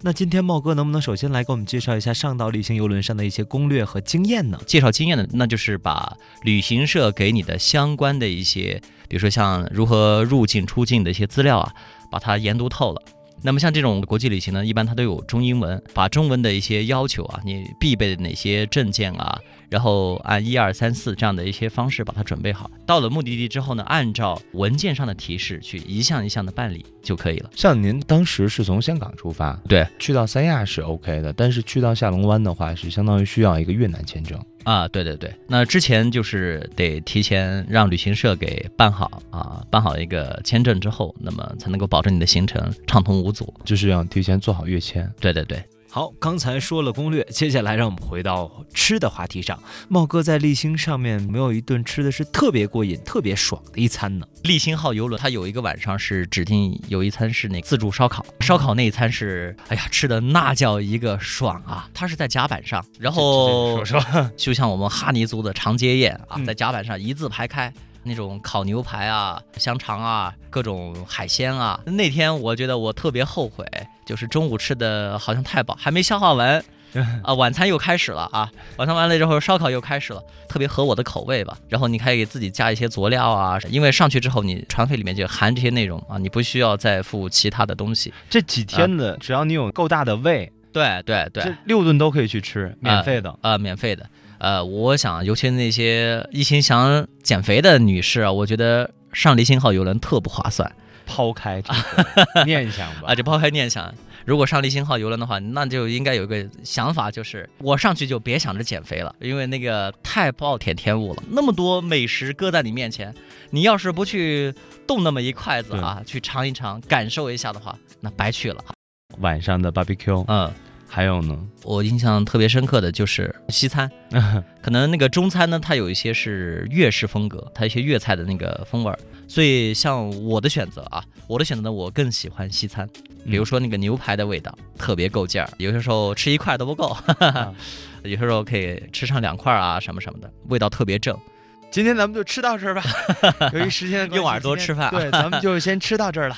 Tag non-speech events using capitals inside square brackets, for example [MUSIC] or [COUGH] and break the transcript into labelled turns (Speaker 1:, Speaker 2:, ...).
Speaker 1: 那今天茂哥能不能首先来给我们介绍一下上岛旅行游轮上的一些攻略和经验呢？
Speaker 2: 介绍经验的，那就是把旅行社给你的相关的一些，比如说像如何入境、出境的一些资料啊，把它研读透了。那么像这种国际旅行呢，一般它都有中英文，把中文的一些要求啊，你必备的哪些证件啊，然后按一二三四这样的一些方式把它准备好。到了目的地之后呢，按照文件上的提示去一项一项的办理就可以了。
Speaker 3: 像您当时是从香港出发，
Speaker 2: 对，
Speaker 3: 去到三亚是 OK 的，但是去到下龙湾的话，是相当于需要一个越南签证。
Speaker 2: 啊，对对对，那之前就是得提前让旅行社给办好啊，办好一个签证之后，那么才能够保证你的行程畅通无阻。
Speaker 3: 就是要提前做好跃迁。
Speaker 2: 对对对，
Speaker 1: 好，刚才说了攻略，接下来让我们回到吃的话题上。茂哥在立新上面没有一顿吃的是特别过瘾、特别爽的一餐呢？
Speaker 2: 立新号游轮它有一个晚上是指定有一餐是那自助烧烤，烧烤那一餐是，哎呀，吃的那叫一个爽啊！它是在甲板上，然
Speaker 3: 这
Speaker 2: 后
Speaker 3: 这个说说，
Speaker 2: 就像我们哈尼族的长街宴啊
Speaker 1: 嗯，
Speaker 2: 在甲板上一字排开。那种烤牛排啊、香肠啊、各种海鲜啊，那天我觉得我特别后悔，就是中午吃的好像太饱，还没消化 [LAUGHS] 完啊，晚餐又开始了啊，晚餐完了之后烧烤又开始了，特别合我的口味吧。然后你可以给自己加一些佐料啊，因为上去之后你船费里面就含这些内容啊，你不需要再付其他的东西。
Speaker 3: [LAUGHS] 这几天的，
Speaker 1: 啊
Speaker 3: 只要你有够大的胃，
Speaker 2: 对对对，
Speaker 3: 这六顿都可以去吃，免费的。
Speaker 2: 呃，免费的。呃，我想，尤其那些一心想减肥的女士啊，我觉得上离心号游轮特不划算
Speaker 3: 抛开这个念想吧
Speaker 2: 啊。，这抛开念想，如果上离心号游轮的话，那就应该有一个想法，就是我上去就别想着减肥了，因为那个太暴殄天物了，那么多美食搁在你面前，你要是不去动那么一筷子啊，去尝一尝，感受一下的话，那白去了。
Speaker 3: 晚上的 barbecue，
Speaker 2: 嗯，
Speaker 3: 还有
Speaker 2: [LAUGHS]
Speaker 3: 呢，
Speaker 2: 我印象特别深刻的就是西餐。可能那个中餐呢，它有一些是粤式风格，它有一些粤菜的那个风味儿。所以像我的选择啊，我的选择呢，我更喜欢西餐，比如说那个牛排的味道特别够劲儿，有些时候吃一块都不够， [LAUGHS] 哈哈
Speaker 3: 啊，
Speaker 2: 有些时候可以吃上两块儿啊，什么什么的，味道特别正。 [LAUGHS]
Speaker 3: 今天咱们就吃到这儿吧。由于时间的关系
Speaker 2: 用耳朵
Speaker 3: 今天
Speaker 2: 吃饭啊
Speaker 3: 对，咱们就先吃到这儿了。